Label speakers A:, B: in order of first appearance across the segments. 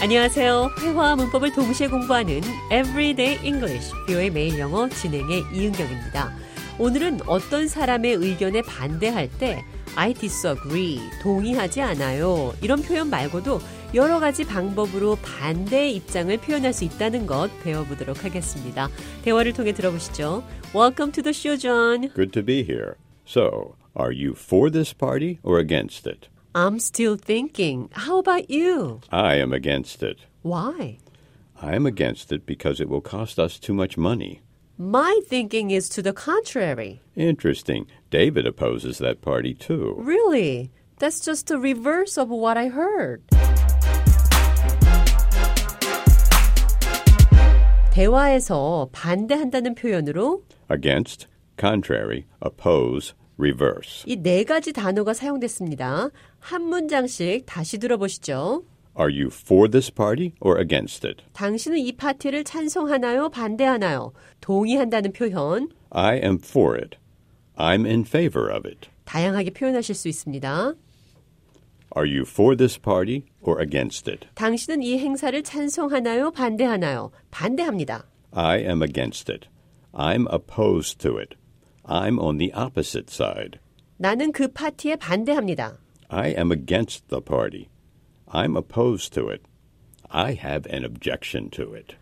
A: 안녕하세요. 회화와 문법을 동시에 공부하는 Everyday English, 뷰의 매일 영어 진행의 이은경입니다. 오늘은 어떤 사람의 의견에 반대할 때 I disagree, 동의하지 않아요. 이런 표현 말고도 여러 가지 방법으로 반대의 입장을 표현할 수 있다는 것 배워보도록 하겠습니다. 대화를 통해 들어보시죠. Welcome to the show, John.
B: Good to be here. So, are you for this party or against it?
A: I'm still thinking. How about you?
B: I am against it.
A: Why?
B: I am against it because it will cost us too much money.
A: My thinking is to the contrary.
B: Interesting. David opposes that party too.
A: Really? That's just the reverse of what I heard. 대화에서 반대한다는 표현으로
B: Against, contrary, oppose, reverse.
A: 이 네 가지 단어가 사용됐습니다. 한 문장씩 다시 들어보시죠.
B: Are you for this party or against it?
A: 당신은 이 파티를 찬성하나요? 반대하나요? 동의한다는 표현
B: I am for it. I'm in favor of it.
A: 다양하게 표현하실 수 있습니다.
B: Are you for this party or against it?
A: 당신은 이 행사를 찬성하나요? 반대하나요? 반대합니다.
B: I am against it. I'm opposed to it. I'm on the opposite side.
A: 나는 그 파티에 반대합니다.
B: I am against the party. I'm opposed to it. I have an objection to it.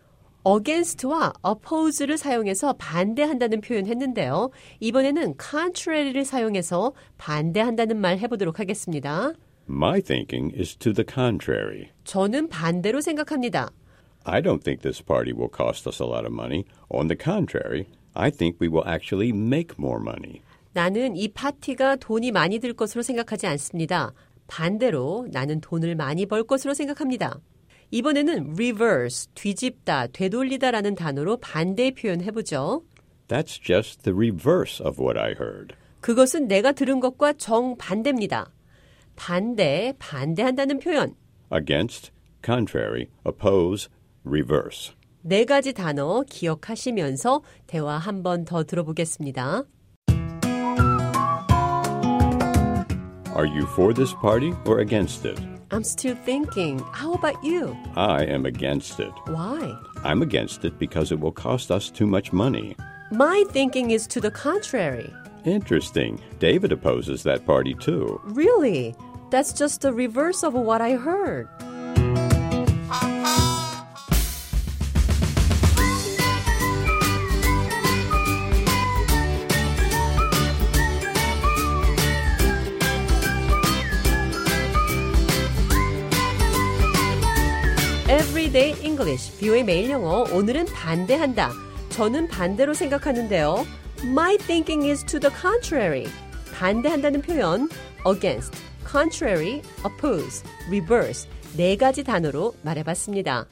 A: against와 oppose를 사용해서 반대한다는 표현했는데요. 이번에는 contrary를 사용해서 반대한다는 말 해보도록 하겠습니다.
B: My thinking is to the contrary.
A: 저는 반대로 생각합니다.
B: I don't think this party will cost us a lot of money. On the contrary, I think we will actually make more money.
A: 나는 이 파티가 돈이 많이 들 것으로 생각하지 않습니다. 반대로 나는 돈을 많이 벌 것으로 생각합니다. 이번에는 reverse, 뒤집다, 되돌리다라는 단어로 반대 표현 해보죠.
B: That's just the reverse of what I heard.
A: 그것은 내가 들은 것과 정반대입니다. 반대, 반대한다는 표현.
B: Against, contrary, oppose, reverse.
A: 네 가지 단어 기억하시면서 대화 한 번 더 들어보겠습니다.
B: Are you for this party or against it?
A: I'm still thinking. How about you?
B: I am against it.
A: Why?
B: I'm against it because it will cost us too much money.
A: My thinking is to the contrary.
B: Interesting. David opposes that party too.
A: Really? That's just the reverse of what I heard. Everyday English, 뷰의 매일 영어. 오늘은 반대한다. 저는 반대로 생각하는데요. My thinking is to the contrary. 반대한다는 표현 against, contrary, oppose, reverse 네 가지 단어로 말해봤습니다.